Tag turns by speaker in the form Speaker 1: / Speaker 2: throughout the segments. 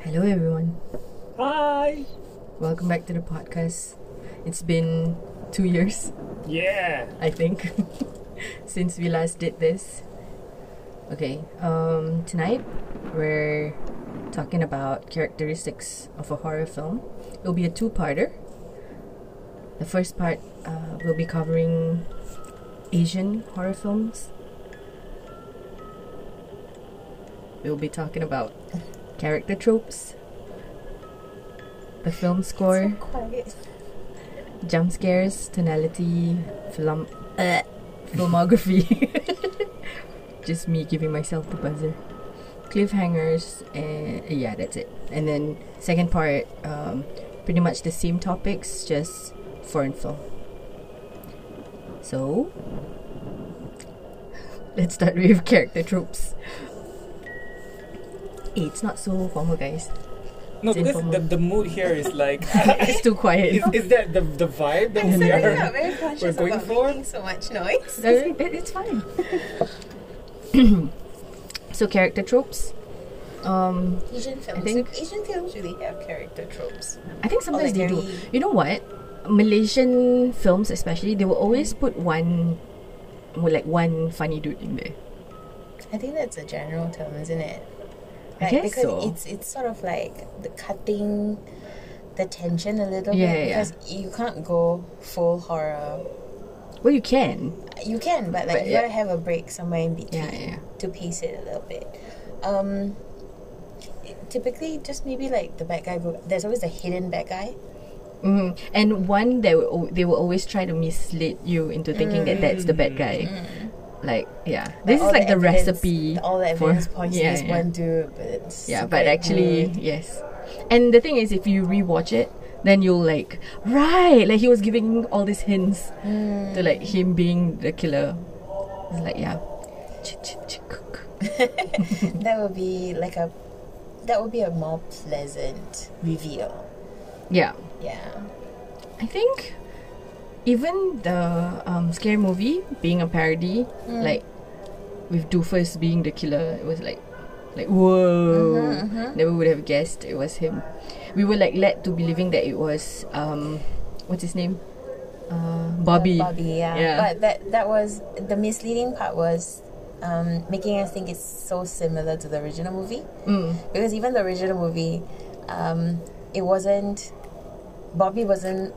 Speaker 1: Hello, everyone.
Speaker 2: Hi.
Speaker 1: Welcome back to the podcast. It's been two years,
Speaker 2: Yeah.
Speaker 1: I think, since we last did this. Okay, um, tonight we're talking about characteristics of a horror film. It'll be a two parter. The first part uh, will be covering Asian horror films. We'll be talking about character tropes, the film score.
Speaker 3: quiet.
Speaker 1: jump scares, tonality, film, uh, filmography. Just me giving myself the buzzer. Cliffhangers, and yeah, that's it. And then second part, um, pretty much the same topics, just foreign film. So let's start with character tropes. Eh, It's not so formal, guys.
Speaker 2: No,
Speaker 1: It's
Speaker 2: because the,
Speaker 1: informal.
Speaker 2: the mood here is like,
Speaker 1: It's too quiet.
Speaker 2: is, is that the, the vibe that
Speaker 3: I'm
Speaker 2: we
Speaker 3: sorry, I'm
Speaker 2: are?
Speaker 3: not very
Speaker 2: we're
Speaker 3: conscious
Speaker 2: going
Speaker 3: about
Speaker 2: for?
Speaker 3: making so much noise.
Speaker 1: No, it- it's fine. so character tropes. Um,
Speaker 3: Asian films.
Speaker 1: think-
Speaker 3: Asian films really have character tropes.
Speaker 1: I think sometimes they
Speaker 3: like
Speaker 1: do.
Speaker 3: very-
Speaker 1: You know what? Malaysian films, especially, they will always put one, well, like one funny dude in there.
Speaker 3: I think that's a general term, isn't it?
Speaker 1: I
Speaker 3: Like,
Speaker 1: guess
Speaker 3: because
Speaker 1: so.
Speaker 3: it's it's sort of like the cutting the tension a little
Speaker 1: Yeah,
Speaker 3: bit
Speaker 1: yeah, yeah.
Speaker 3: because you can't go full horror.
Speaker 1: Well, you can.
Speaker 3: You can, but like
Speaker 1: But
Speaker 3: you
Speaker 1: yeah.
Speaker 3: gotta have a break somewhere in between
Speaker 1: Yeah, yeah.
Speaker 3: to pace it a little bit. Um, typically, just maybe like the bad guy. Go, there's always a hidden bad guy.
Speaker 1: hmm And one they will, al- they will always try to mislead you into thinking that that's the bad guy. Like yeah, this is
Speaker 3: Mm. all
Speaker 1: like the,
Speaker 3: evidence-
Speaker 1: recipe.
Speaker 3: All the
Speaker 1: for-
Speaker 3: evidence points to
Speaker 1: Yeah,
Speaker 3: this
Speaker 1: yeah.
Speaker 3: one dude, but it's
Speaker 1: Yeah,
Speaker 3: super
Speaker 1: but actually,
Speaker 3: good.
Speaker 1: yes. And the thing is, if you rewatch it, then you'll like, right, like he was giving all these hints to like him being the killer. It's like, yeah. Ch- ch- ch- cook.
Speaker 3: that would be like a that would be a more pleasant reveal.
Speaker 1: Yeah.
Speaker 3: Yeah,
Speaker 1: I think even the um, scary movie being a parody, like with Doofus being the killer, it was like, like whoa, never would have guessed it was him. We were like led to believing that it was um, what's his name, uh, Bobby.
Speaker 3: Bobby. Yeah.
Speaker 1: Yeah.
Speaker 3: but that that was the misleading part was. Um, making us think it's so similar to the original movie
Speaker 1: Mm.
Speaker 3: because even the original movie, um, it wasn't Bobby wasn't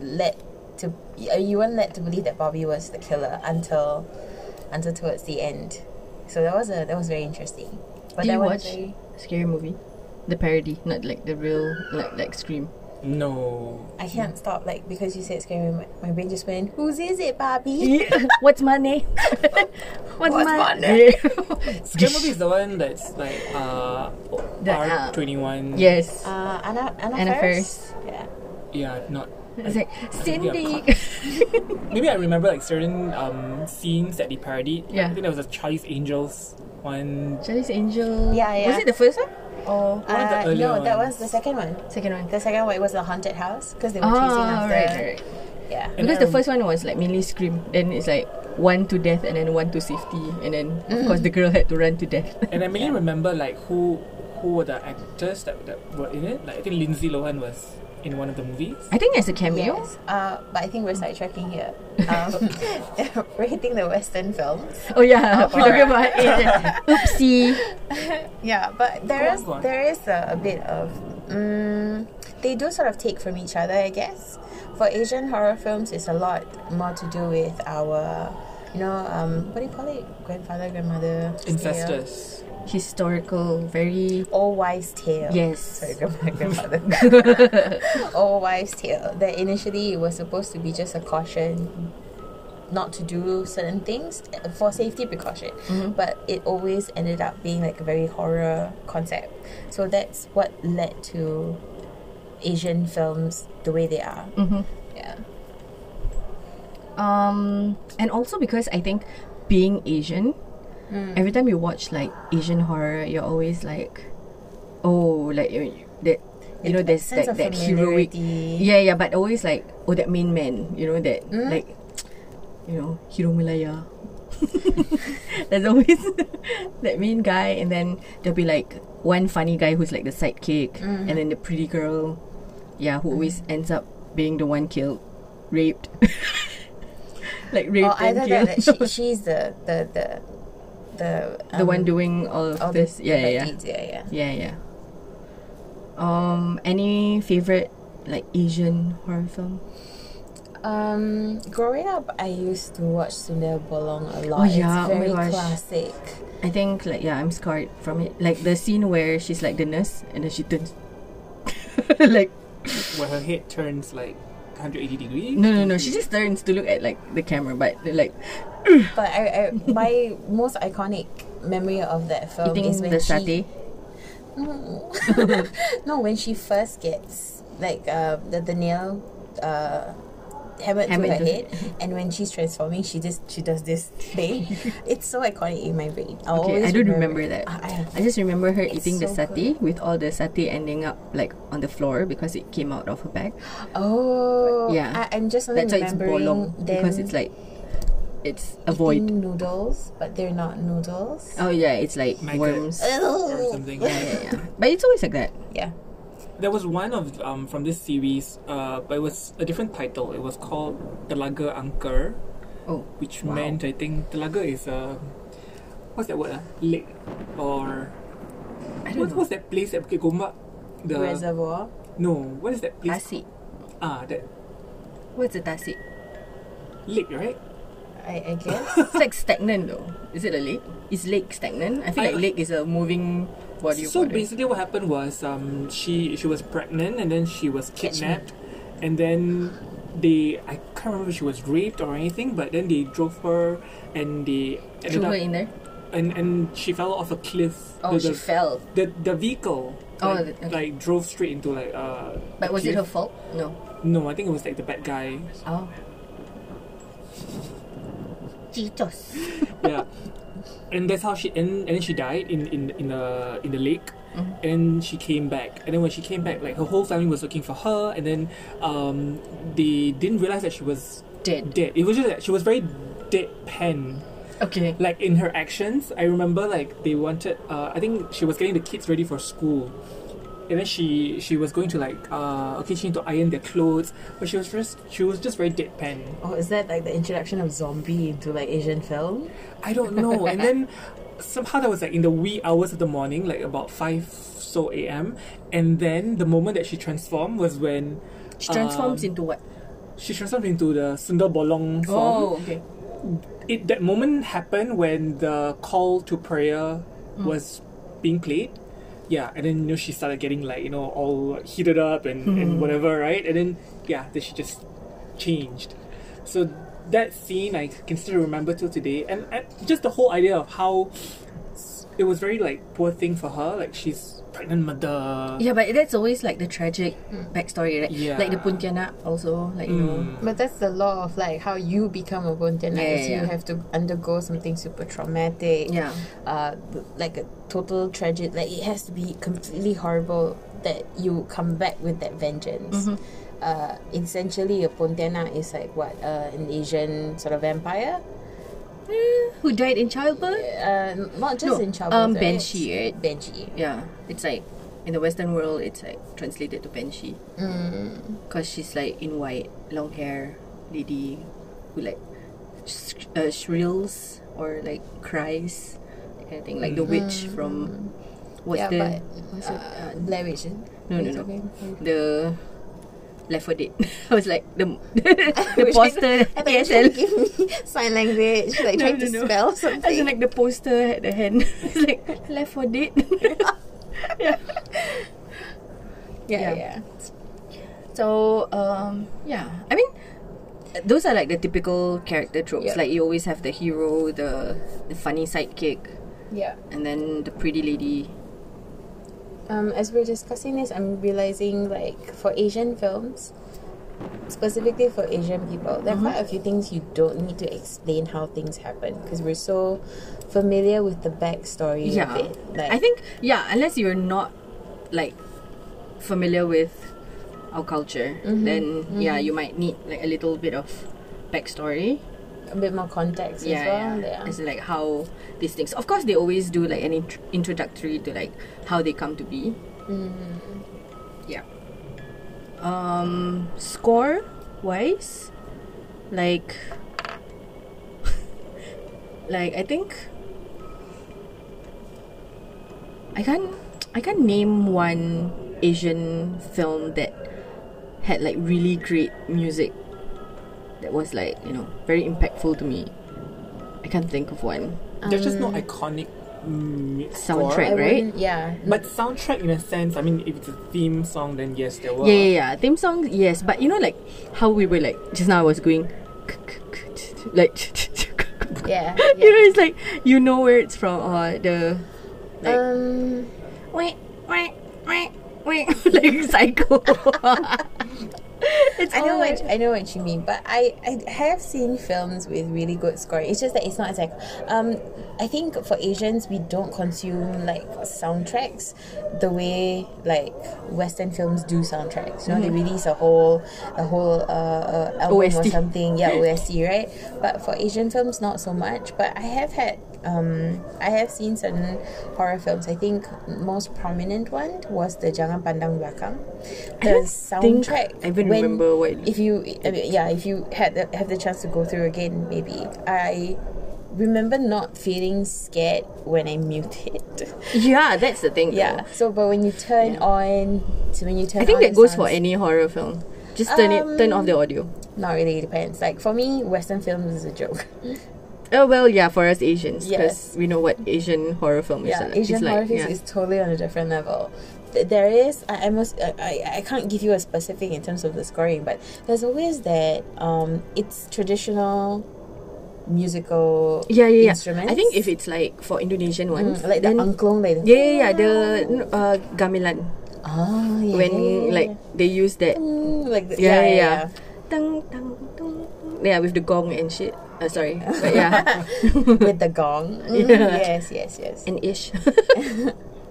Speaker 3: led to uh, you weren't led to believe that Bobby was the killer until until towards the end. So that was a that was very interesting. But
Speaker 1: Did
Speaker 3: that
Speaker 1: you
Speaker 3: was
Speaker 1: watch
Speaker 3: very-
Speaker 1: scary movie? The parody, not like the real, like like Scream.
Speaker 2: No.
Speaker 3: I can't stop like because you said scary, my, my brain just went, "Whose is it, Bobby?"
Speaker 1: Yeah. What's my name? What's,
Speaker 3: What's
Speaker 1: my
Speaker 3: my name?
Speaker 2: Scary movie is the one that's like uh,
Speaker 1: The, uh,
Speaker 2: R21.
Speaker 1: yes.
Speaker 3: Uh, Anna Anna,
Speaker 1: Anna
Speaker 3: Faris. Yeah.
Speaker 2: Yeah, not.
Speaker 1: It's like Cindy.
Speaker 2: Maybe I remember like certain um, scenes that they parodied.
Speaker 1: Yeah.
Speaker 2: I think there was a Charlie's Angels one.
Speaker 1: Charlie's Angel.
Speaker 3: Yeah, yeah.
Speaker 1: Was it the first one? Or
Speaker 2: One of the
Speaker 3: Uh,
Speaker 2: earlier
Speaker 3: no, that
Speaker 2: ones.
Speaker 3: was the second one.
Speaker 1: second one?
Speaker 3: The second one was the haunted house because they were chasing
Speaker 1: Oh,
Speaker 3: after.
Speaker 1: right, right.
Speaker 3: Yeah.
Speaker 2: And
Speaker 1: Because
Speaker 2: I
Speaker 1: the first one was like mainly Scream. Then it's like one to death and then one to safety. And then,
Speaker 3: Mm-hmm.
Speaker 1: of course, the girl had to run to death.
Speaker 2: And I mainly remember like who who were the actors that, that were in it. Like I think Lindsay Lohan was in one of the movies.
Speaker 1: I think as a cameo.
Speaker 3: Yes. Uh, but I think we're sidetracking here. Um, rating the Western films.
Speaker 1: Oh, yeah.
Speaker 3: Oh,
Speaker 1: We're talking about
Speaker 3: alright.
Speaker 1: it. Oopsie.
Speaker 3: Yeah, but there
Speaker 2: on,
Speaker 3: is
Speaker 2: go on.
Speaker 3: there is a, a bit of mm they do sort of take from each other, I guess. For Asian horror films, it's a lot more to do with our, you know, um, what do you call it, grandfather, grandmother,
Speaker 2: Ancestors.
Speaker 1: Historical, very.
Speaker 3: old wives' tale.
Speaker 1: Yes.
Speaker 3: Sorry, grandma, grandmother. old wives' tale. That initially it was supposed to be just a caution not to do certain things uh, for safety precaution,
Speaker 1: Mm-hmm.
Speaker 3: but it always ended up being like a very horror concept. So that's what led to Asian films the way they are.
Speaker 1: Mhm.
Speaker 3: Yeah.
Speaker 1: Um, and also because I think being Asian, every time you watch like Asian horror, you're always like, oh, like you, you- that you know,
Speaker 3: It-
Speaker 1: there's
Speaker 3: sense
Speaker 1: that,
Speaker 3: of
Speaker 1: that heroic,
Speaker 3: familiarity.
Speaker 1: yeah, yeah,
Speaker 3: Mm-hmm.
Speaker 1: but always like, oh, that main man, you know, that like, you know, Hero Malaya, There's always that mean guy, and then there'll be like one funny guy who's like the sidekick,
Speaker 3: Mm-hmm.
Speaker 1: and then the pretty girl, yeah, who always ends up being the one killed, raped, like raped
Speaker 3: Or
Speaker 1: and
Speaker 3: Oh, either
Speaker 1: killed.
Speaker 3: that, that she, she's the the the the,
Speaker 1: the one
Speaker 3: um,
Speaker 1: doing all of
Speaker 3: all
Speaker 1: this.
Speaker 3: the-
Speaker 1: yeah,
Speaker 3: the
Speaker 1: yeah, yeah,
Speaker 3: deeds, yeah, yeah.
Speaker 1: yeah, yeah. Um, any favorite like Asian horror film?
Speaker 3: Um, growing up, I used to watch Sundar Bolong a lot.
Speaker 1: Oh, yeah, oh
Speaker 3: it's
Speaker 1: my
Speaker 3: very
Speaker 1: gosh.
Speaker 3: classic.
Speaker 1: I think like yeah, I'm scarred from it. Like the scene where she's like the nurse and then she turns like
Speaker 2: where her head turns like 180 degrees.
Speaker 1: no no no, she just turns to look at like the camera, but like
Speaker 3: But I, I my most iconic memory of that film
Speaker 1: eating
Speaker 3: is Um, when
Speaker 1: the
Speaker 3: she
Speaker 1: satay.
Speaker 3: no, no when she first gets like uh, the the nail uh, hammered
Speaker 1: Hammered to-
Speaker 3: to her head, and when she's transforming, she just she does this thing. it's so iconic in my brain.
Speaker 1: Okay,
Speaker 3: I always
Speaker 1: I don't remember that.
Speaker 3: I, I
Speaker 1: I just remember her
Speaker 3: It's
Speaker 1: eating the
Speaker 3: so
Speaker 1: satay with all the satay ending up like on the floor because it came out of her bag.
Speaker 3: Oh,
Speaker 1: Yeah.
Speaker 3: I, am just only
Speaker 1: That's why it's
Speaker 3: remembering
Speaker 1: bolong
Speaker 3: them
Speaker 1: because it's like it's a void.
Speaker 3: eating noodles, but they're not noodles.
Speaker 1: Oh yeah, it's like
Speaker 2: Maggot.
Speaker 1: worms.
Speaker 2: Or
Speaker 3: Ugh.
Speaker 2: something.
Speaker 1: Yeah, yeah, yeah. But it's always like that.
Speaker 3: Yeah.
Speaker 2: There was one of um from this series, uh, but it was a different title. It was called Telaga Angker,
Speaker 1: Oh,
Speaker 2: which
Speaker 1: Wow.
Speaker 2: meant I think Telaga is uh, what's that word? Uh, lake or
Speaker 1: I don't
Speaker 2: what
Speaker 1: know.
Speaker 2: was that place at Bukit Gombak? The
Speaker 3: Reservoir.
Speaker 2: no, what is that place?
Speaker 1: Tasik.
Speaker 2: Ah, that
Speaker 1: What's a tasik?
Speaker 2: lake, right?
Speaker 3: I, I guess.
Speaker 1: It's like stagnant though. Is it a lake? Is lake stagnant? I feel
Speaker 2: I-
Speaker 1: like lake is a moving body. of
Speaker 2: so
Speaker 1: water.
Speaker 2: basically, what happened was um she she was pregnant and then she was
Speaker 3: Catch me.
Speaker 2: kidnapped, and then they I can't remember if she was raped or anything, but then they drove her and they ended
Speaker 1: threw
Speaker 2: up-
Speaker 1: her in there.
Speaker 2: and and she fell off a cliff.
Speaker 1: Oh,
Speaker 2: the,
Speaker 1: she
Speaker 2: the,
Speaker 1: fell.
Speaker 2: the the vehicle.
Speaker 1: Oh,
Speaker 2: like,
Speaker 1: the- okay.
Speaker 2: like drove straight into like uh.
Speaker 1: But
Speaker 2: a
Speaker 1: was it her fault?
Speaker 2: cliff.
Speaker 1: No.
Speaker 2: No, I think it was like the bad guy.
Speaker 1: Oh. Jesus.
Speaker 2: yeah, and that's how she and, and then she died in in in the in the lake. And she came back, and then when she came back, like her whole family was looking for her, and then um, they didn't realize that she was
Speaker 1: Dead.
Speaker 2: dead. It was just that she was very deadpan
Speaker 1: Okay.
Speaker 2: like in her actions i remember like they wanted uh, i think she was getting the kids ready for school and then she she was going to like uh okay she need to iron their clothes but she was just she was just very deadpan
Speaker 3: oh, is that like the introduction of zombie into like Asian film?
Speaker 2: i don't know and then somehow that was like in the wee hours of the morning like about 5 so am and then the moment that she transformed was when
Speaker 1: She transforms
Speaker 2: um,
Speaker 1: into what?
Speaker 2: she transformed into the Sundar Bolong
Speaker 1: Oh,
Speaker 2: form.
Speaker 1: okay.
Speaker 2: it that moment happened when the call to prayer
Speaker 1: Mm.
Speaker 2: was being played. Yeah, and then you know she started getting like you know all heated up and,
Speaker 1: Hmm.
Speaker 2: and whatever, right? And then yeah, then she just changed. So that scene I can still remember till today, and I, just the whole idea of how s- it was very like poor thing for her, like she's pregnant mother.
Speaker 1: Yeah, but that's always like the tragic backstory, right?
Speaker 2: Mm. Yeah. Mm.
Speaker 1: Like the Pontianak also, like you know.
Speaker 3: But that's the law of like how you become a
Speaker 1: Yeah,
Speaker 3: Bontian.
Speaker 1: yeah,
Speaker 3: You
Speaker 1: yeah.
Speaker 3: have to undergo something super traumatic.
Speaker 1: Yeah.
Speaker 3: Uh, like a total tragedy. Like it has to be completely horrible that you come back with that vengeance. Uh, essentially, a Pontiana is like what uh, an Asian sort of vampire.
Speaker 1: Who died in childbirth?
Speaker 3: Uh, n- not just
Speaker 1: No,
Speaker 3: in Chabot,
Speaker 1: um,
Speaker 3: right?
Speaker 1: Banshee, right?
Speaker 3: Banshee.
Speaker 1: Yeah. It's like in the Western world, it's like translated to Banshee. Because she's like in white, long hair, lady who like sh- uh, shrills or like cries, that kind of thing. Like the witch from what's
Speaker 3: yeah,
Speaker 1: the
Speaker 3: but
Speaker 1: Mm. what's it?
Speaker 3: uh, Blair Witch. eh?
Speaker 1: No, no,
Speaker 3: Are you
Speaker 1: no.
Speaker 3: talking-
Speaker 1: the Left 4 Dead. I was like the the
Speaker 3: Which I-
Speaker 1: poster.
Speaker 3: I thought you
Speaker 1: yes,
Speaker 3: were trying to give me sign language, like
Speaker 1: No,
Speaker 3: trying
Speaker 1: no,
Speaker 3: to
Speaker 1: no.
Speaker 3: spell
Speaker 1: As in
Speaker 3: something.
Speaker 1: like the poster had the hand. it's like left for dead.
Speaker 3: yeah,
Speaker 1: yeah.
Speaker 3: yeah.
Speaker 1: so um yeah. I mean those are like the typical character tropes.
Speaker 3: Yeah.
Speaker 1: Like you always have the hero, the, the funny sidekick,
Speaker 3: Yeah.
Speaker 1: and then the pretty lady.
Speaker 3: Um, as we're discussing this, I'm realizing like for Asian films, specifically for Asian people, there are
Speaker 1: Mm-hmm.
Speaker 3: quite a few things you don't need to explain how things happen because we're so familiar with the backstory
Speaker 1: Yeah.
Speaker 3: of it. Like,
Speaker 1: I think yeah, unless you're not like familiar with
Speaker 3: Mm-hmm.
Speaker 1: our culture, then yeah, you might need like a little bit of backstory.
Speaker 3: a bit more context as well. Yeah.
Speaker 1: It's like how these things. Of course, they always do like an int- introductory to like how they come to be.
Speaker 3: Mm.
Speaker 1: Yeah. Um, score wise, like, like I think I can't I can't name one Asian film that had like really great music that was like you know very impactful to me. I can't think of one.
Speaker 2: There's just no iconic mm, score.
Speaker 1: Um, Soundtrack.
Speaker 3: I
Speaker 1: right?
Speaker 3: wouldn't- Yeah.
Speaker 2: But soundtrack, in a sense, I mean, if it's a theme song, then yes, there were.
Speaker 1: Yeah, yeah, yeah. Theme song, yes, but you know like how we were like just now I was going like
Speaker 3: Yeah.
Speaker 1: you
Speaker 3: yeah.
Speaker 1: know it's like you know where it's from or the like
Speaker 3: Um,
Speaker 1: wait, wait, wait, wait, like psycho. it's
Speaker 3: I know
Speaker 1: all
Speaker 3: what I know what you mean, but I, I have seen films with really good scoring. It's just that it's not as like um I think for Asians we don't consume like soundtracks the way like Western films do soundtracks. You know,
Speaker 1: Mm-hmm.
Speaker 3: they release a whole a whole uh, uh album or
Speaker 1: OST.
Speaker 3: something, yeah, OST, right? But for Asian films not so much. But I have had um I have seen certain horror films. I think most prominent one was the Jangan Pandang Belakang. The
Speaker 1: think
Speaker 3: soundtrack
Speaker 1: I even
Speaker 3: when-
Speaker 1: remember what it-
Speaker 3: if you I mean, yeah if you had the, have the chance to go through again maybe i remember not feeling scared when i muted
Speaker 1: yeah, that's the thing.
Speaker 3: yeah
Speaker 1: though.
Speaker 3: so but when you turn on so when you turn
Speaker 1: I think
Speaker 3: on
Speaker 1: that
Speaker 3: the
Speaker 1: goes for
Speaker 3: sounds- Um,
Speaker 1: any horror film. Just turn it, turn off the audio.
Speaker 3: not really it depends like for me western films is a joke
Speaker 1: Oh well, yeah, for us Asians, because
Speaker 3: Yes.
Speaker 1: we know what Asian horror film is.
Speaker 3: yeah
Speaker 1: like.
Speaker 3: asian
Speaker 1: it's like,
Speaker 3: horror films
Speaker 1: yeah.
Speaker 3: is totally on a different level Th- there is I, I must I- I, I can't give you a specific in terms of the scoring but there's always that um it's traditional musical
Speaker 1: yeah, yeah, yeah.
Speaker 3: instruments
Speaker 1: I think if it's like for Indonesian ones,
Speaker 3: Mm, like the
Speaker 1: then,
Speaker 3: angklung like
Speaker 1: yeah, yeah, yeah, the uh, gamelan
Speaker 3: oh yeah
Speaker 1: when
Speaker 3: yeah, yeah,
Speaker 1: like they use that.
Speaker 3: Mm, like the,
Speaker 1: Yeah,
Speaker 3: yeah,
Speaker 1: yeah,
Speaker 3: yeah,
Speaker 1: yeah. Tung, tung, tung, tung. Yeah, with the gong and shit. Uh, sorry, but yeah,
Speaker 3: yeah. with the gong Mm,
Speaker 1: Yeah.
Speaker 3: yes yes yes
Speaker 1: and ish.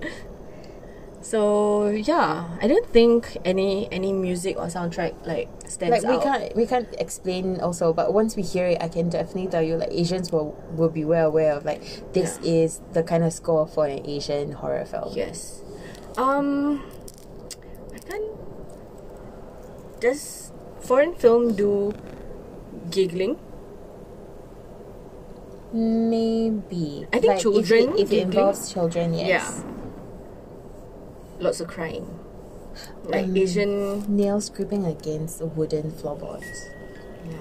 Speaker 1: so yeah, I don't think any any music or soundtrack like stands
Speaker 3: like we
Speaker 1: out.
Speaker 3: can't we can't explain also but once we hear it i can definitely tell you like asians will will be well aware of like this is the kind of score for an asian horror film
Speaker 1: Yes. Um, I can't. Does foreign film do giggling?
Speaker 3: maybe
Speaker 1: I think
Speaker 3: Like, if it-
Speaker 1: children
Speaker 3: if it,
Speaker 1: giggling.
Speaker 3: involves children yes
Speaker 1: Yeah. Lots of crying. Like Asian.
Speaker 3: nail scraping against wooden floorboards
Speaker 1: Yeah.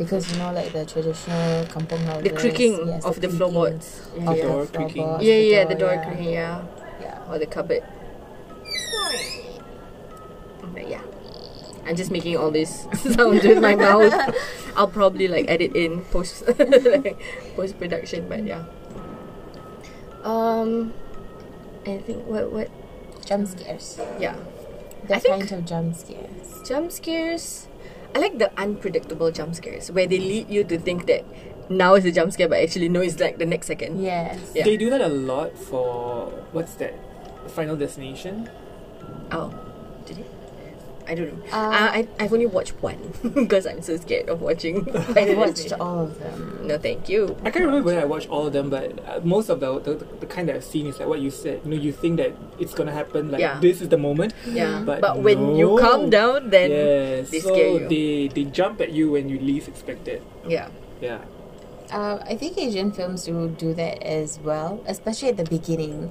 Speaker 3: because you know like the traditional kampong houses
Speaker 1: The creaking
Speaker 3: yes,
Speaker 1: of the,
Speaker 3: creaking
Speaker 1: floorboards. Yeah,
Speaker 3: of
Speaker 1: yeah.
Speaker 2: door creaking.
Speaker 3: floorboards,
Speaker 1: yeah, yeah, the door
Speaker 3: yeah.
Speaker 1: creaking, yeah.
Speaker 3: yeah
Speaker 1: Or the cupboard. But yeah. I'm just making all this sound with my mouth. I'll probably like edit in post like, post production, but yeah. Um I think what what
Speaker 3: jump scares
Speaker 1: yeah.
Speaker 3: the
Speaker 1: I think-
Speaker 3: kind of jump scares
Speaker 1: Jump scares. I like the unpredictable jump scares where they lead you to think that now is a jump scare but actually no it's like the next second.
Speaker 3: yes
Speaker 1: Yeah.
Speaker 2: They do that a lot for what's that? Final Destination.
Speaker 1: Oh, did it? I don't know.
Speaker 3: Uh,
Speaker 1: uh, I I've only watched one because I'm so scared of watching.
Speaker 3: i watched all of them
Speaker 1: No, thank you.
Speaker 2: I can't remember whether I watched all of them, but uh, most of the, the the kind that I've seen is like what you said. You know, you think that it's gonna happen. Like
Speaker 1: Yeah.
Speaker 2: this is the moment.
Speaker 1: Yeah, Mm.
Speaker 2: But
Speaker 1: but, when you
Speaker 2: no.
Speaker 1: calm down, then
Speaker 2: yes.
Speaker 1: they
Speaker 2: so
Speaker 1: scare you.
Speaker 2: they they jump at you when you least expect it.
Speaker 1: yeah,
Speaker 2: Yeah.
Speaker 3: uh, i think asian films do do that as well especially at the beginning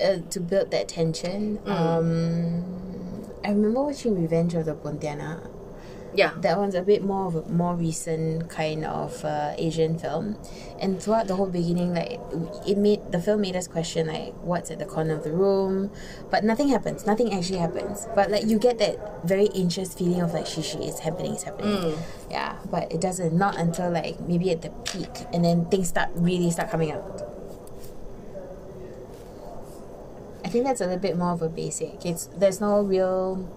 Speaker 3: uh, to build that tension um, i remember watching revenge of the pontiana
Speaker 1: yeah,
Speaker 3: that one's a bit more of a more recent kind of uh, Asian film, and throughout the whole beginning, like it made the film made us question like what's at the corner of the room, but nothing happens. Nothing actually happens. But like you get that very anxious feeling of like shishi, it's happening, it's happening. Yeah, but it doesn't. Not until like maybe at the peak, and then things start really start coming out. I think that's a little bit more of a basic. It's there's no real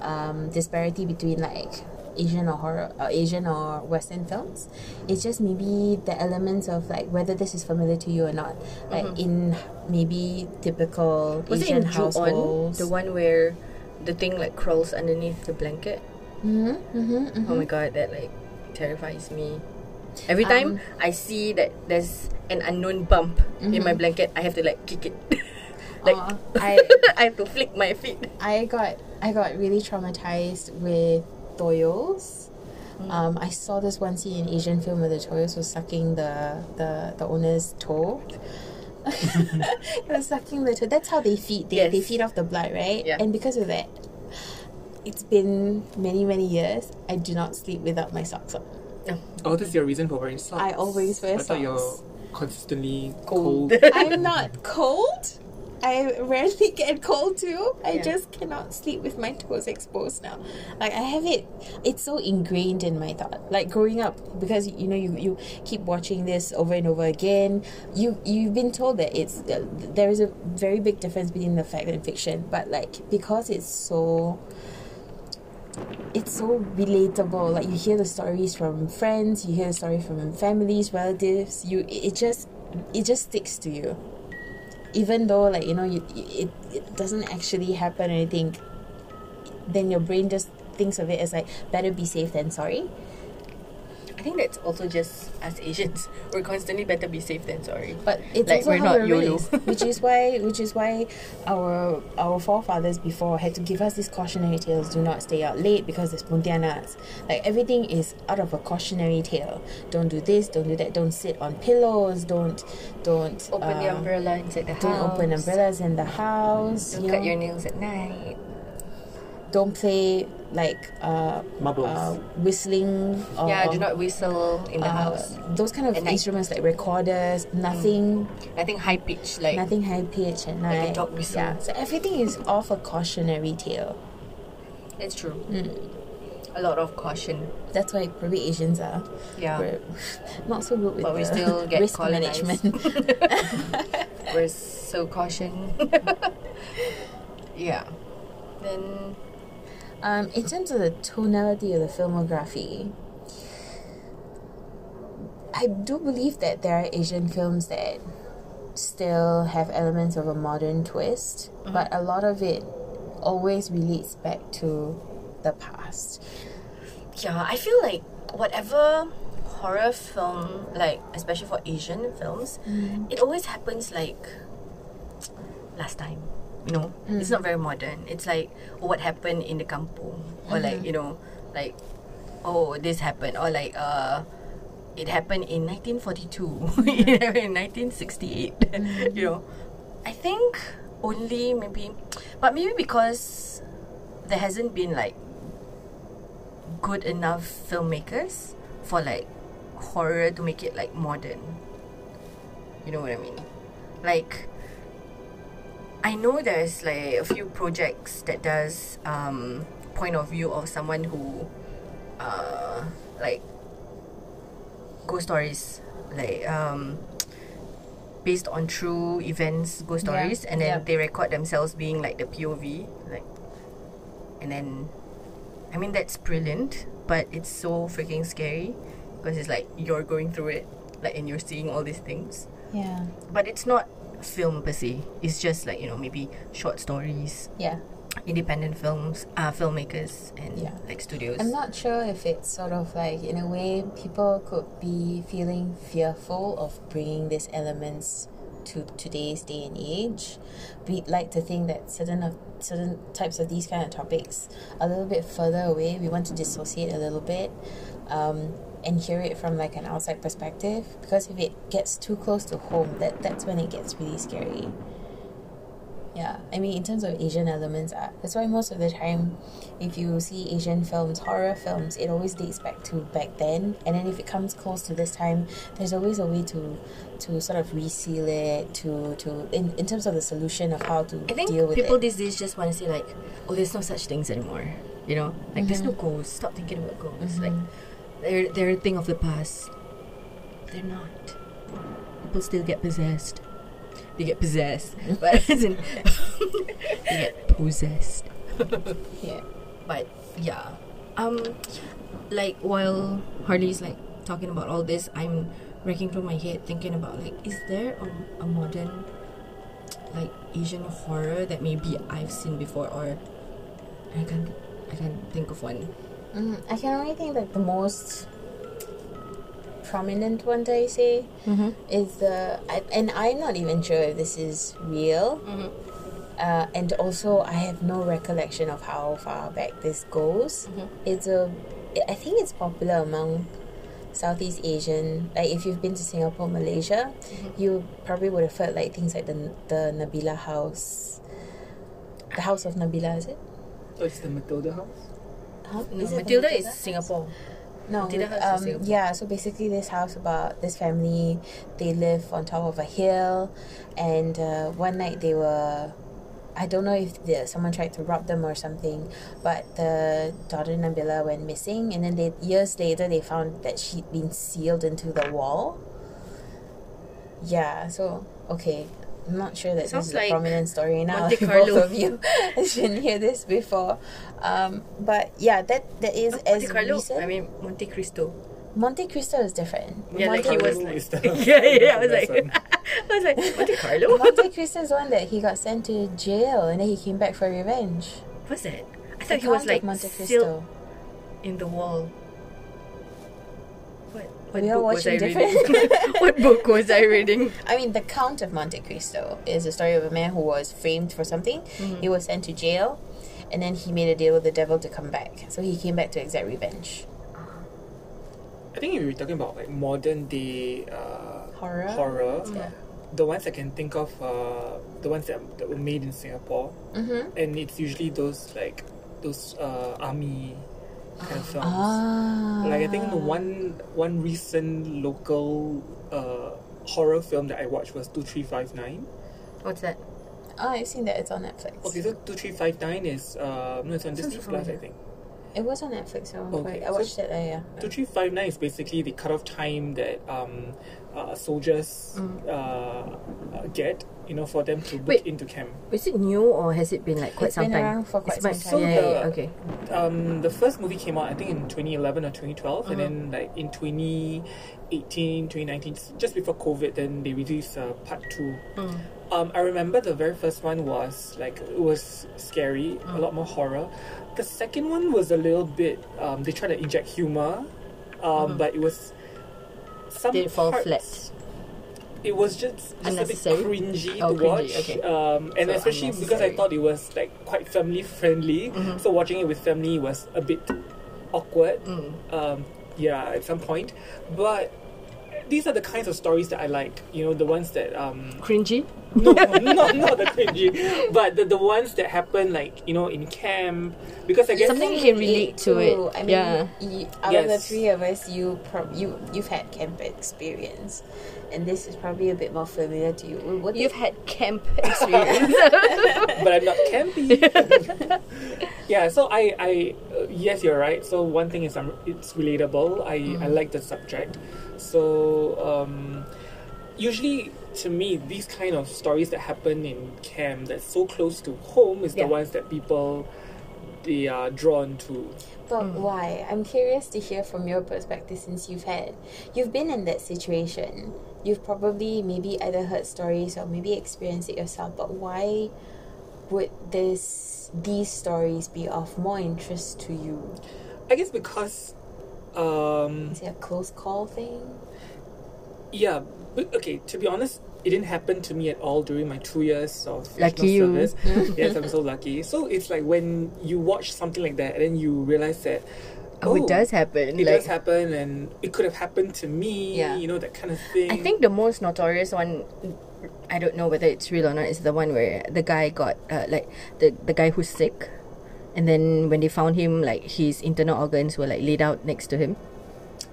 Speaker 3: um, disparity between like Asian or horror, or Asian or Western films. It's just maybe the elements of like whether this is familiar to you or not. Like in maybe typical
Speaker 1: Mm-hmm. was
Speaker 3: Asian
Speaker 1: it in Ju-on,
Speaker 3: households.
Speaker 1: the one where the thing like crawls underneath the blanket?
Speaker 3: mm-hmm, Um, mm-hmm,
Speaker 1: Oh my god, that like terrifies me. Every time I see that there's an unknown bump in my blanket, I have to like kick it. like
Speaker 3: Mm-hmm. Aw,
Speaker 1: I,
Speaker 3: I-
Speaker 1: have to flick my feet.
Speaker 3: I got I got really traumatized with toyos.
Speaker 1: Mm.
Speaker 3: Um, I saw this one scene in Asian film where the toyos was sucking the the, the owner's toe. it was sucking the toe. That's how they feed. They, they
Speaker 1: Yes.
Speaker 3: feed off the blood, right?
Speaker 1: Yeah.
Speaker 3: And because of that, it's been many many years. I do not sleep without my socks on.
Speaker 2: Oh, that's your reason for wearing socks.
Speaker 3: I always wear
Speaker 2: I thought you're
Speaker 3: socks.
Speaker 2: consistently
Speaker 1: Cold.
Speaker 2: cold.
Speaker 3: I'm not cold. I rarely get cold too. I
Speaker 1: Yeah.
Speaker 3: just cannot sleep with my toes exposed now. Like I have it. It's so ingrained in my thought. Like growing up, because you know you you keep watching this over and over again. You you've been told that it's uh, there is a very big difference between the fact and fiction. But like because it's so it's so relatable. Like you hear the stories from friends, you hear the story from families, relatives. You it it just it just sticks to you, even though like you know you it it doesn't actually happen or anything. Then your brain just thinks of it as like better be safe than sorry.
Speaker 1: I think that's also just us Asians. We're constantly better be safe than sorry.
Speaker 3: But it's
Speaker 1: Like,
Speaker 3: also
Speaker 1: we're
Speaker 3: how
Speaker 1: not
Speaker 3: we're
Speaker 1: YOLO.
Speaker 3: raised, which is why which is why our our forefathers before had to give us these cautionary tales. Do not stay out late because there's Pontianaks. Like everything is out of a cautionary tale. Don't do this. Don't do that. Don't sit on pillows. Don't don't
Speaker 1: Open the
Speaker 3: um,
Speaker 1: umbrella inside the
Speaker 3: Don't
Speaker 1: house.
Speaker 3: open umbrellas in the house.
Speaker 1: Don't
Speaker 3: you
Speaker 1: cut
Speaker 3: know.
Speaker 1: your nails at night.
Speaker 3: don't play like uh,
Speaker 2: Marbles.
Speaker 3: uh, whistling. Or,
Speaker 1: yeah, do not whistle in the
Speaker 3: Um, uh,
Speaker 1: house.
Speaker 3: Those kind of
Speaker 1: At night.
Speaker 3: instruments like recorders. Nothing.
Speaker 1: Nothing high pitched like
Speaker 3: nothing high pitch at night.
Speaker 1: dog whistle.
Speaker 3: Yeah, so everything is off a cautionary tale.
Speaker 1: It's true.
Speaker 3: Mm.
Speaker 1: A lot of caution.
Speaker 3: That's why probably Asians are
Speaker 1: Yeah.
Speaker 3: we're not so good with
Speaker 1: But we
Speaker 3: the
Speaker 1: still get
Speaker 3: risk
Speaker 1: colonized.
Speaker 3: management.
Speaker 1: We're so caution. yeah. Then
Speaker 3: um, in terms of the tonality of the filmography, I do believe that there are Asian films that still have elements of a modern twist, but a lot of it always relates back to the past.
Speaker 1: yeah, I feel like whatever horror film, like especially for Asian films, it always happens like last time. You know, it's not very modern. It's like oh, what happened in the kampung, or like you know, like oh this happened, or like uh. It happened in 1942, it happened in 1968. you know, I think only maybe, but maybe because there hasn't been like good enough filmmakers for like horror to make it like modern. You know what I mean? Like I know there's like a few projects that does um point of view of someone who uh like ghost stories like um based on true events ghost
Speaker 3: Yeah,
Speaker 1: stories and then
Speaker 3: yeah.
Speaker 1: they record themselves being like the POV like and then I mean that's brilliant, but it's so freaking scary because it's like you're going through it, like and you're seeing all these things.
Speaker 3: Yeah.
Speaker 1: But it's not film per se. It's just like you know maybe short stories,
Speaker 3: Yeah.
Speaker 1: independent films, uh, filmmakers and
Speaker 3: Yeah.
Speaker 1: like studios.
Speaker 3: I'm not sure if it's sort of like in a way people could be feeling fearful of bringing these elements to today's day and age. We'd like to think that certain of certain types of these kind of topics are a little bit further away. We want to dissociate a little bit. Um, and hear it from like an outside perspective because if it gets too close to home that that's when it gets really scary yeah, I mean, in terms of Asian elements, uh, that's why most of the time, if you see Asian films, horror films, it always dates back to back then. And then if it comes close to this time, there's always a way to to sort of reseal it, to to in, in terms of the solution of how to
Speaker 1: I think
Speaker 3: deal with
Speaker 1: people
Speaker 3: it.
Speaker 1: these days just want to say like, oh, there's no such things anymore. You know, like there's
Speaker 3: Mm-hmm.
Speaker 1: no ghosts. Stop thinking about ghosts. Like they're they're a thing of the past. They're not. People still get possessed. They get possessed, but as in, they get possessed.
Speaker 3: yeah.
Speaker 1: But yeah, um, like while Harley's like talking about all this, I'm racking through my head thinking about like, is there a, a modern like Asian horror that maybe I've seen before or I can't
Speaker 3: Mm-hmm.
Speaker 1: I can't think of one.
Speaker 3: Mm, I can only think that the most prominent one, dare I say, is the I, and I'm not even sure if this is real.
Speaker 1: Mm-hmm.
Speaker 3: Uh, and also, I have no recollection of how far back this goes.
Speaker 1: Mm-hmm.
Speaker 3: It's a, I think it's popular among Southeast Asian. Like if you've been to Singapore, Malaysia,
Speaker 1: Mm-hmm.
Speaker 3: you probably would have felt like things like the the Nabila House, the House of Nabila, is it?
Speaker 2: Oh, it's the Matilda house.
Speaker 3: Huh?
Speaker 1: No,
Speaker 3: Is it the
Speaker 1: Matilda is Singapore.
Speaker 3: No,
Speaker 1: Matilda
Speaker 3: we-
Speaker 1: House is
Speaker 3: um,
Speaker 1: Singapore.
Speaker 3: yeah. So basically, this house about this family, they live on top of a hill, and uh, one night they were, I don't know if the, someone tried to rob them or something, but the daughter Nabila went missing, and then they years later they found that she'd been sealed into the wall. Yeah. So okay. I'm not sure that
Speaker 1: Sounds
Speaker 3: this is
Speaker 1: like
Speaker 3: a prominent story now.
Speaker 1: Monte
Speaker 3: Both
Speaker 1: Carlo.
Speaker 3: of you didn't hear this before, um, but yeah, that that is as
Speaker 1: Monte Carlo.
Speaker 3: recent.
Speaker 1: I mean Monte Cristo.
Speaker 3: Monte Cristo is different.
Speaker 1: Yeah,
Speaker 3: Monte,
Speaker 1: like he was
Speaker 2: Carlo
Speaker 1: like,
Speaker 2: is the-
Speaker 1: yeah, yeah, yeah. I was
Speaker 2: the
Speaker 1: like,
Speaker 2: best one.
Speaker 1: I was like Monte Carlo.
Speaker 3: Monte Cristo is one that he got sent to jail and then he came back for revenge.
Speaker 1: What's that? I
Speaker 3: The
Speaker 1: thought he was
Speaker 3: Count of
Speaker 1: like
Speaker 3: Monte
Speaker 1: sealed
Speaker 3: Cristo.
Speaker 1: in the wall. What? What
Speaker 3: We are
Speaker 1: book was I
Speaker 3: watching
Speaker 1: reading? what book was I reading?
Speaker 3: I mean, the Count of Monte Cristo is a story of a man who was framed for something.
Speaker 2: Mm-hmm.
Speaker 3: He was sent to jail, and then he made a deal with the devil to come back. So he came back to exact revenge.
Speaker 2: I think if you're talking about like modern day uh,
Speaker 3: Horror?
Speaker 2: horror,
Speaker 3: Yeah.
Speaker 2: the ones I can think of, uh, the ones that, that were made in Singapore,
Speaker 3: Mm-hmm.
Speaker 2: and it's usually those like those uh, army kind of films.
Speaker 3: Ah.
Speaker 2: Like Oh, I think the one one recent local uh, horror film that I watched was Two Three Five Nine.
Speaker 1: What's that?
Speaker 3: Oh, I've seen that. It's on Netflix.
Speaker 2: Okay, so Two Three Five Nine is uh, no, it's on
Speaker 1: Sounds
Speaker 2: Disney Plus,
Speaker 1: familiar.
Speaker 2: I think.
Speaker 3: It was on Netflix. I, remember.
Speaker 2: Okay,
Speaker 3: I
Speaker 2: so-
Speaker 3: watched it. Uh, yeah.
Speaker 2: Two three five nine is basically the cut off time that um, uh, soldiers uh, uh, get, you know, for them to book
Speaker 1: Mm. Wait.
Speaker 2: into camp.
Speaker 1: Is it new or has it been like quite
Speaker 3: It's
Speaker 1: some
Speaker 3: been
Speaker 1: time?
Speaker 3: around for quite
Speaker 1: It's been-
Speaker 3: some time.
Speaker 1: Yeah, yeah,
Speaker 2: So the-
Speaker 1: okay.
Speaker 2: Um, the first movie came out, I think, in 2011 or 2012, and
Speaker 1: Uh-huh.
Speaker 2: then like in 2018, 2019, s- just before COVID, then they released uh, part two.
Speaker 1: Mm.
Speaker 2: Um, I remember the very first one was like it was scary, a
Speaker 1: Mm.
Speaker 2: lot more horror. The second one was a little bit. Um, they tried to inject humor, um, but it was. Some
Speaker 1: Did it Mm-hmm. fall
Speaker 2: parts-
Speaker 1: flat?
Speaker 2: it was just, just a bit
Speaker 1: Unnecessary?
Speaker 2: cringy
Speaker 1: Oh,
Speaker 2: to
Speaker 1: cringy,
Speaker 2: watch.
Speaker 1: okay.
Speaker 2: Um, and
Speaker 1: So
Speaker 2: especially because
Speaker 1: unnecessary.
Speaker 2: I
Speaker 1: Mm-hmm.
Speaker 2: thought it was like quite family friendly. So watching it with family was a bit awkward.
Speaker 1: Mm.
Speaker 2: Um, yeah, at some point. But these are the kinds of stories that I like. You know, the ones that um,
Speaker 1: Cringy?
Speaker 2: no, not not the cringy, but the, the ones that happen like you know in camp because I guess
Speaker 1: Something you can relate to it.
Speaker 3: I mean,
Speaker 1: Yeah.
Speaker 3: you- out of the
Speaker 2: Yes.
Speaker 3: three of us, you prob- you you've had camp experience, and this is probably a bit more familiar to you. Wh- What
Speaker 1: You've had camp experience.
Speaker 2: but I'm not campy. yeah, so I, I uh, yes, you're right. So one thing is I'm, it's relatable. I, I like the subject. So um, usually to me, these kind of stories that happen in camp that's so close to home is
Speaker 1: Yeah.
Speaker 2: the ones that people they are drawn to.
Speaker 3: but
Speaker 1: mm.
Speaker 3: why? I'm curious to hear from your perspective since you've had you've been in that situation. You've probably maybe either heard stories or maybe experienced it yourself. But why would this these stories be of more interest to you?
Speaker 2: I guess because. Um,
Speaker 3: Is it a close call thing?
Speaker 2: Yeah, but okay, to be honest, it didn't happen to me at all during my two years of
Speaker 1: Lucky
Speaker 2: national
Speaker 1: you.
Speaker 2: service. yes, I'm so lucky. So it's like when you watch something like that and then you realize that
Speaker 1: Oh, it does happen.
Speaker 2: It
Speaker 1: like,
Speaker 2: does happen and it could have happened to me,
Speaker 1: Yeah.
Speaker 2: you know, that kind of thing.
Speaker 1: I think the most notorious one, I don't know whether it's real or not, is the one where the guy got uh, like the the guy who's sick, and then when they found him, like his internal organs were like laid out next to him.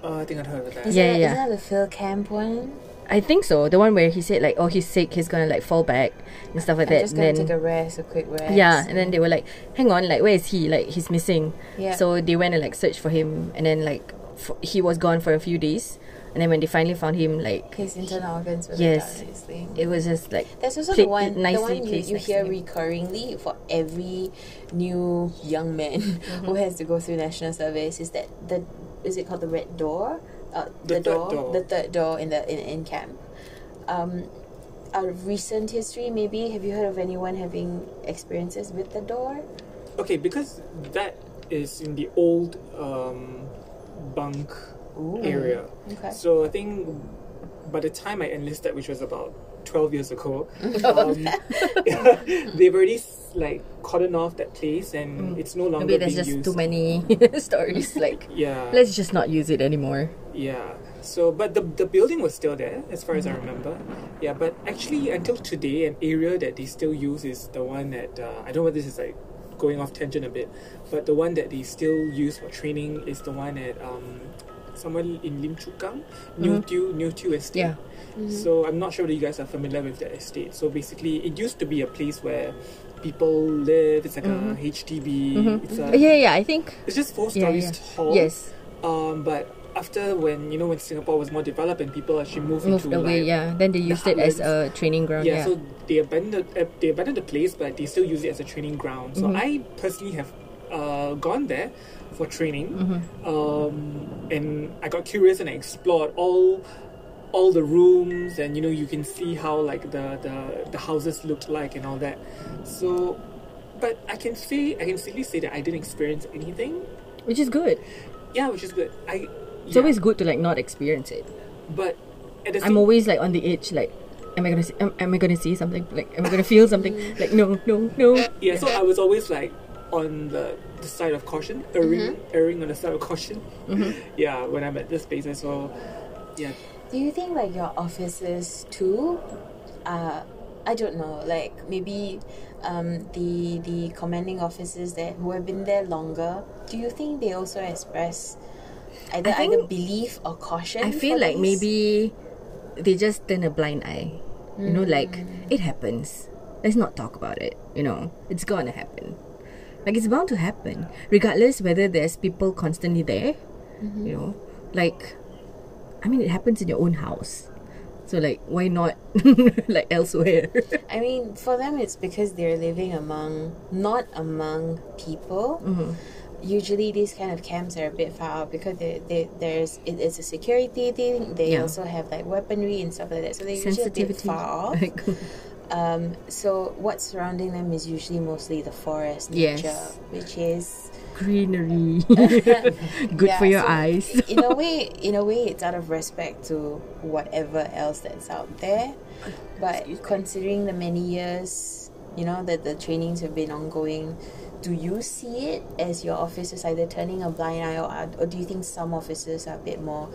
Speaker 2: Oh, I think I'd heard of that.
Speaker 3: Is
Speaker 1: Yeah,
Speaker 3: that,
Speaker 1: yeah.
Speaker 3: Isn't that the Phil Camp one?
Speaker 1: I think so. The one where he said like, "Oh, he's sick. He's gonna like fall back and stuff like
Speaker 3: I'm
Speaker 1: that."
Speaker 3: just gonna
Speaker 1: then
Speaker 3: take a rest, a quick rest.
Speaker 1: yeah, and then they were like, "Hang on, like where is he? Like he's missing."
Speaker 3: Yeah.
Speaker 1: So they went and like searched for him, and then like f- he was gone for a few days, and then when they finally found him, like
Speaker 3: His internal organs were
Speaker 1: Yes.
Speaker 3: yes. obviously.
Speaker 1: it was just like
Speaker 3: That's also
Speaker 1: Pla-
Speaker 3: the one, the
Speaker 1: nicely
Speaker 3: one you,
Speaker 1: placed
Speaker 3: you
Speaker 1: next
Speaker 3: hear
Speaker 1: to him.
Speaker 3: recurringly for every new young man
Speaker 1: Mm-hmm.
Speaker 3: who has to go through national service is that the is it called the red door? Uh,
Speaker 2: The
Speaker 3: the,
Speaker 2: third
Speaker 3: door,
Speaker 2: door.
Speaker 3: the third door in the in, in camp. Um, out of recent history, maybe have you heard of anyone having experiences with the door?
Speaker 2: Okay, because that is in the old um, bunk
Speaker 3: Ooh.
Speaker 2: area.
Speaker 3: Okay.
Speaker 2: So I think by the time I enlisted, which was about 12 years ago, um, they've already s- like cordoned off that place and it's no longer
Speaker 1: Mm. Maybe there's
Speaker 2: being
Speaker 1: just
Speaker 2: used.
Speaker 1: too many stories. Like,
Speaker 2: Yeah.
Speaker 1: let's just not use it anymore.
Speaker 2: Yeah. So, but the, the building was still there, as far as I remember. Yeah, but actually, until today, an area that they still use is the one that uh, I don't know whether this is like going off tangent a bit, but the one that they still use for training is the one at um, somewhere in Lim Chu Kang, New Tew New Tew Estate.
Speaker 1: Mm-hmm.
Speaker 2: Mm-hmm.
Speaker 1: Yeah.
Speaker 2: So I'm not sure whether you guys are familiar with that estate. So basically, it used to be a place where people live. It's like a HDB. It's a
Speaker 1: Mm-hmm. Yeah, yeah. I think.
Speaker 2: It's just four
Speaker 1: Yeah,
Speaker 2: stories
Speaker 1: yeah.
Speaker 2: tall.
Speaker 1: Yes,
Speaker 2: Um, but after when you know when Singapore was more developed and people actually moved,
Speaker 1: moved
Speaker 2: into
Speaker 1: away.
Speaker 2: like,
Speaker 1: yeah. Then they used it as a training ground.
Speaker 2: yeah,
Speaker 1: Yeah.
Speaker 2: So they abandoned uh, they abandoned the place, but they still use it as a training ground. So
Speaker 1: Mm-hmm.
Speaker 2: I personally have uh, gone there for training,
Speaker 1: Mm-hmm.
Speaker 2: um, and I got curious and I explored all all the rooms, and you know you can see how like the the, the houses looked like and all that. So. But I can say I can safely say that I didn't experience anything.
Speaker 1: Which is good.
Speaker 2: Yeah, which is good. I
Speaker 1: It's
Speaker 2: yeah.
Speaker 1: always good to like not experience it.
Speaker 2: But at the same
Speaker 1: I'm always like on the edge. Like, am I gonna see, am, am I gonna see something? Like, am I gonna feel something? Like, no, no, no.
Speaker 2: yeah, so I was always like on the, the side of caution, erring,
Speaker 1: Mm-hmm.
Speaker 2: erring on the side of caution. Yeah, when I'm at this space, so yeah,
Speaker 3: Do you think like your offices too? Uh, I don't know. Like maybe um, the the commanding officers there who have been there longer. Do you think they also express either
Speaker 1: I think-
Speaker 3: either belief or caution?
Speaker 1: I feel
Speaker 3: for
Speaker 1: like
Speaker 3: these?
Speaker 1: maybe they just turn a blind eye. You know, like
Speaker 3: Mm.
Speaker 1: it happens. Let's not talk about it. You know, it's gonna happen. Like it's bound to happen, regardless whether there's people constantly there.
Speaker 3: Mm-hmm.
Speaker 1: You know, like I mean, it happens in your own house. So like, why not like elsewhere?
Speaker 3: I mean, for them, it's because they're living among, not among people.
Speaker 1: Mm-hmm.
Speaker 3: Usually, these kind of camps are a bit far out because they, they, there's it is a security thing. They
Speaker 1: Yeah.
Speaker 3: also have like weaponry and stuff like that, so they're usually a bit far off.
Speaker 1: Like,
Speaker 3: Um, so what's surrounding them is usually mostly the forest
Speaker 1: Yes.
Speaker 3: nature, which is
Speaker 1: greenery, good
Speaker 3: Yeah,
Speaker 1: for your
Speaker 3: so
Speaker 1: eyes.
Speaker 3: in a way, in a way, it's out of respect to whatever else that's out there. But considering the many years, you know, that the trainings have been ongoing, do you see it as your officers either turning a blind eye, or, are- or do you think some officers are a bit more,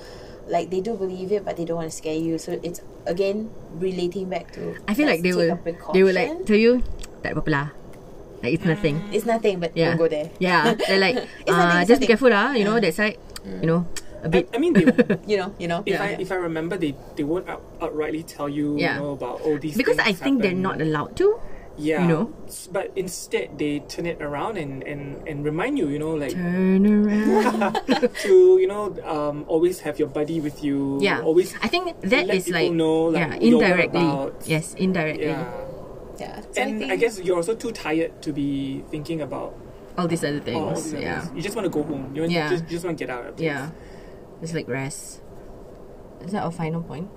Speaker 3: like they do believe it, but they don't want to scare you? So it's again relating back to.
Speaker 1: I feel like
Speaker 3: let's
Speaker 1: they
Speaker 3: take
Speaker 1: will,
Speaker 3: a
Speaker 1: they will like
Speaker 3: precaution.
Speaker 1: tell you, tak apa lah, like it's nothing.
Speaker 3: It's nothing, but
Speaker 1: Yeah.
Speaker 3: Mm. don't go there.
Speaker 1: Yeah. They're like,
Speaker 3: It's nothing,
Speaker 1: uh,
Speaker 3: it's
Speaker 1: just be
Speaker 3: nothing.
Speaker 1: careful, ah. You know, that side, you know, a
Speaker 2: I,
Speaker 1: bit.
Speaker 2: I mean, they, if
Speaker 3: You know, you know.
Speaker 2: I if I remember, they they won't out, outrightly tell you,
Speaker 1: Yeah.
Speaker 2: you know about all these
Speaker 1: Because I
Speaker 2: things
Speaker 1: think they're not
Speaker 2: happen.
Speaker 1: allowed to. you
Speaker 2: yeah,
Speaker 1: know.
Speaker 2: S- but instead they turn it around and and and remind you, you know, like
Speaker 1: Turn around.
Speaker 2: to you know um always have your buddy with you.
Speaker 1: yeah.
Speaker 2: always.
Speaker 1: I think that
Speaker 2: let
Speaker 1: is
Speaker 2: people
Speaker 1: like,
Speaker 2: know, like,
Speaker 1: yeah,
Speaker 2: your
Speaker 1: indirectly.
Speaker 2: whereabouts.
Speaker 1: Yes, indirectly.
Speaker 2: yeah.
Speaker 3: Yeah. So
Speaker 2: And I
Speaker 3: think-
Speaker 2: guess you're also too tired to be thinking about
Speaker 1: All these other things.
Speaker 2: Oh, all these
Speaker 1: yeah.
Speaker 2: others. You just want to go home. You, want,
Speaker 1: Yeah.
Speaker 2: just, just want to get out of this.
Speaker 1: Yeah. It's like rest. Is that our final point?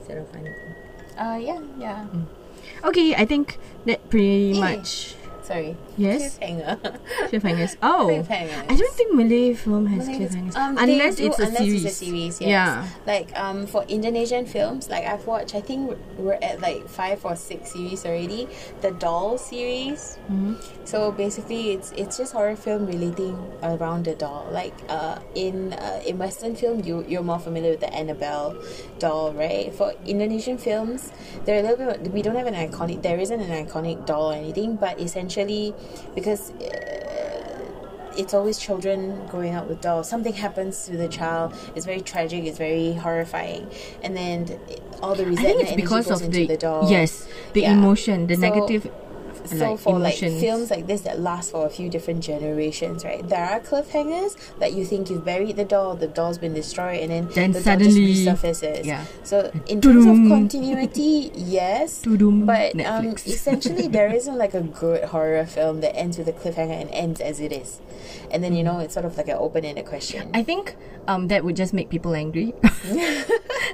Speaker 1: Is that our final point?
Speaker 3: Uh, yeah, yeah. Eh.
Speaker 1: Okay, I think that pretty
Speaker 3: Yeah.
Speaker 1: much.
Speaker 3: Sorry.
Speaker 1: Yes.
Speaker 3: Cliffhanger.
Speaker 1: Cliffhangers. Oh.
Speaker 3: Cliffhangers.
Speaker 1: I don't think Malay film has
Speaker 3: Malay-
Speaker 1: cliffhangers.
Speaker 3: um, they
Speaker 1: unless
Speaker 3: do,
Speaker 1: it's a
Speaker 3: unless
Speaker 1: series.
Speaker 3: it's a series, yes.
Speaker 1: Yeah.
Speaker 3: like um for Indonesian films, like I've watched. I think we're at like five or six series already. The doll series.
Speaker 1: Mhm.
Speaker 3: So basically, it's it's just horror film relating around the doll. Like uh in uh, in Western film, you you're more familiar with the Annabelle doll, right? For Indonesian films, they're a little bit. We don't have an iconic. There isn't an iconic doll or anything, but essentially, because uh, it's always children growing up with dolls. Something happens to the child. It's very tragic. It's very horrifying. And then it- all the
Speaker 1: I
Speaker 3: resentment
Speaker 1: think it's
Speaker 3: energy
Speaker 1: because
Speaker 3: goes
Speaker 1: of
Speaker 3: into
Speaker 1: the,
Speaker 3: the doll.
Speaker 1: yes, the
Speaker 3: Yeah.
Speaker 1: emotion, the
Speaker 3: So-
Speaker 1: negative, like,
Speaker 3: So for
Speaker 1: emotions.
Speaker 3: like films like this that last for a few different generations, right? There are cliffhangers that you think you've buried the doll, the doll's been destroyed, and then,
Speaker 1: Then
Speaker 3: the
Speaker 1: suddenly-
Speaker 3: doll just resurfaces.
Speaker 1: yeah.
Speaker 3: So in terms of
Speaker 1: Tudum.
Speaker 3: continuity, yes,
Speaker 1: Tudum.
Speaker 3: but um,
Speaker 1: Netflix.
Speaker 3: essentially there isn't like a good horror film that ends with a cliffhanger and ends as it is, and then you know it's sort of like an open-ended question.
Speaker 1: Mm. I think um that would just make people angry.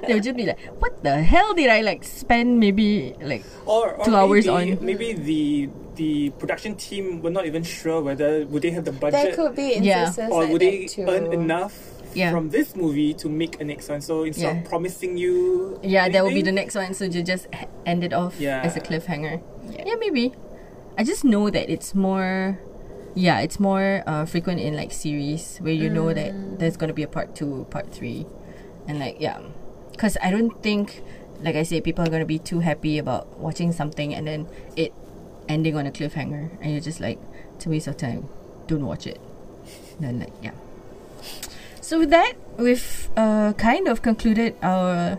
Speaker 1: they would just be like, "What the hell did I like spend maybe like
Speaker 2: Or, or
Speaker 1: Two hours
Speaker 2: maybe,
Speaker 1: on.
Speaker 2: Maybe the the production team were not even sure whether would they have the
Speaker 3: There
Speaker 2: budget
Speaker 3: could be
Speaker 1: Yeah.
Speaker 3: instances
Speaker 2: or
Speaker 3: like
Speaker 2: would they
Speaker 3: that too.
Speaker 2: earn enough
Speaker 1: Yeah.
Speaker 2: from this movie to make a next one. So instead
Speaker 1: Yeah.
Speaker 2: of promising you,
Speaker 1: Yeah, that will be the
Speaker 2: anything,
Speaker 1: next one. So you just h- end it off
Speaker 2: Yeah.
Speaker 1: as a cliffhanger.
Speaker 3: Yeah.
Speaker 1: Yeah. maybe. I just know that it's more. Yeah, it's more uh, frequent in like series where you know that there's gonna be a part two, part three, and like yeah, because I don't think, like I say, people are gonna be too happy about watching something and then it ending on a cliffhanger, and you're just like, it's a waste of time. Don't watch it. Then like yeah. So with that, we've uh, kind of concluded our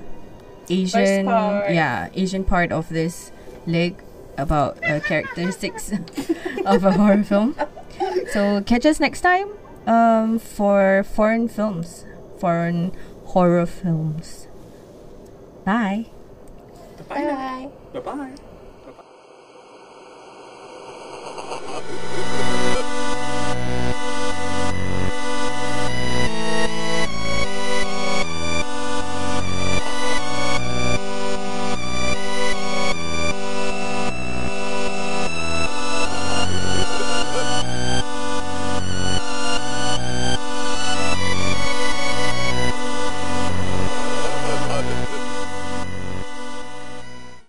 Speaker 1: Asian,
Speaker 3: part.
Speaker 1: yeah, Asian part of this leg about uh, characteristics of a horror film. So catch us next time um, for foreign films, foreign horror films. Bye.
Speaker 3: Bye bye.
Speaker 2: Bye bye.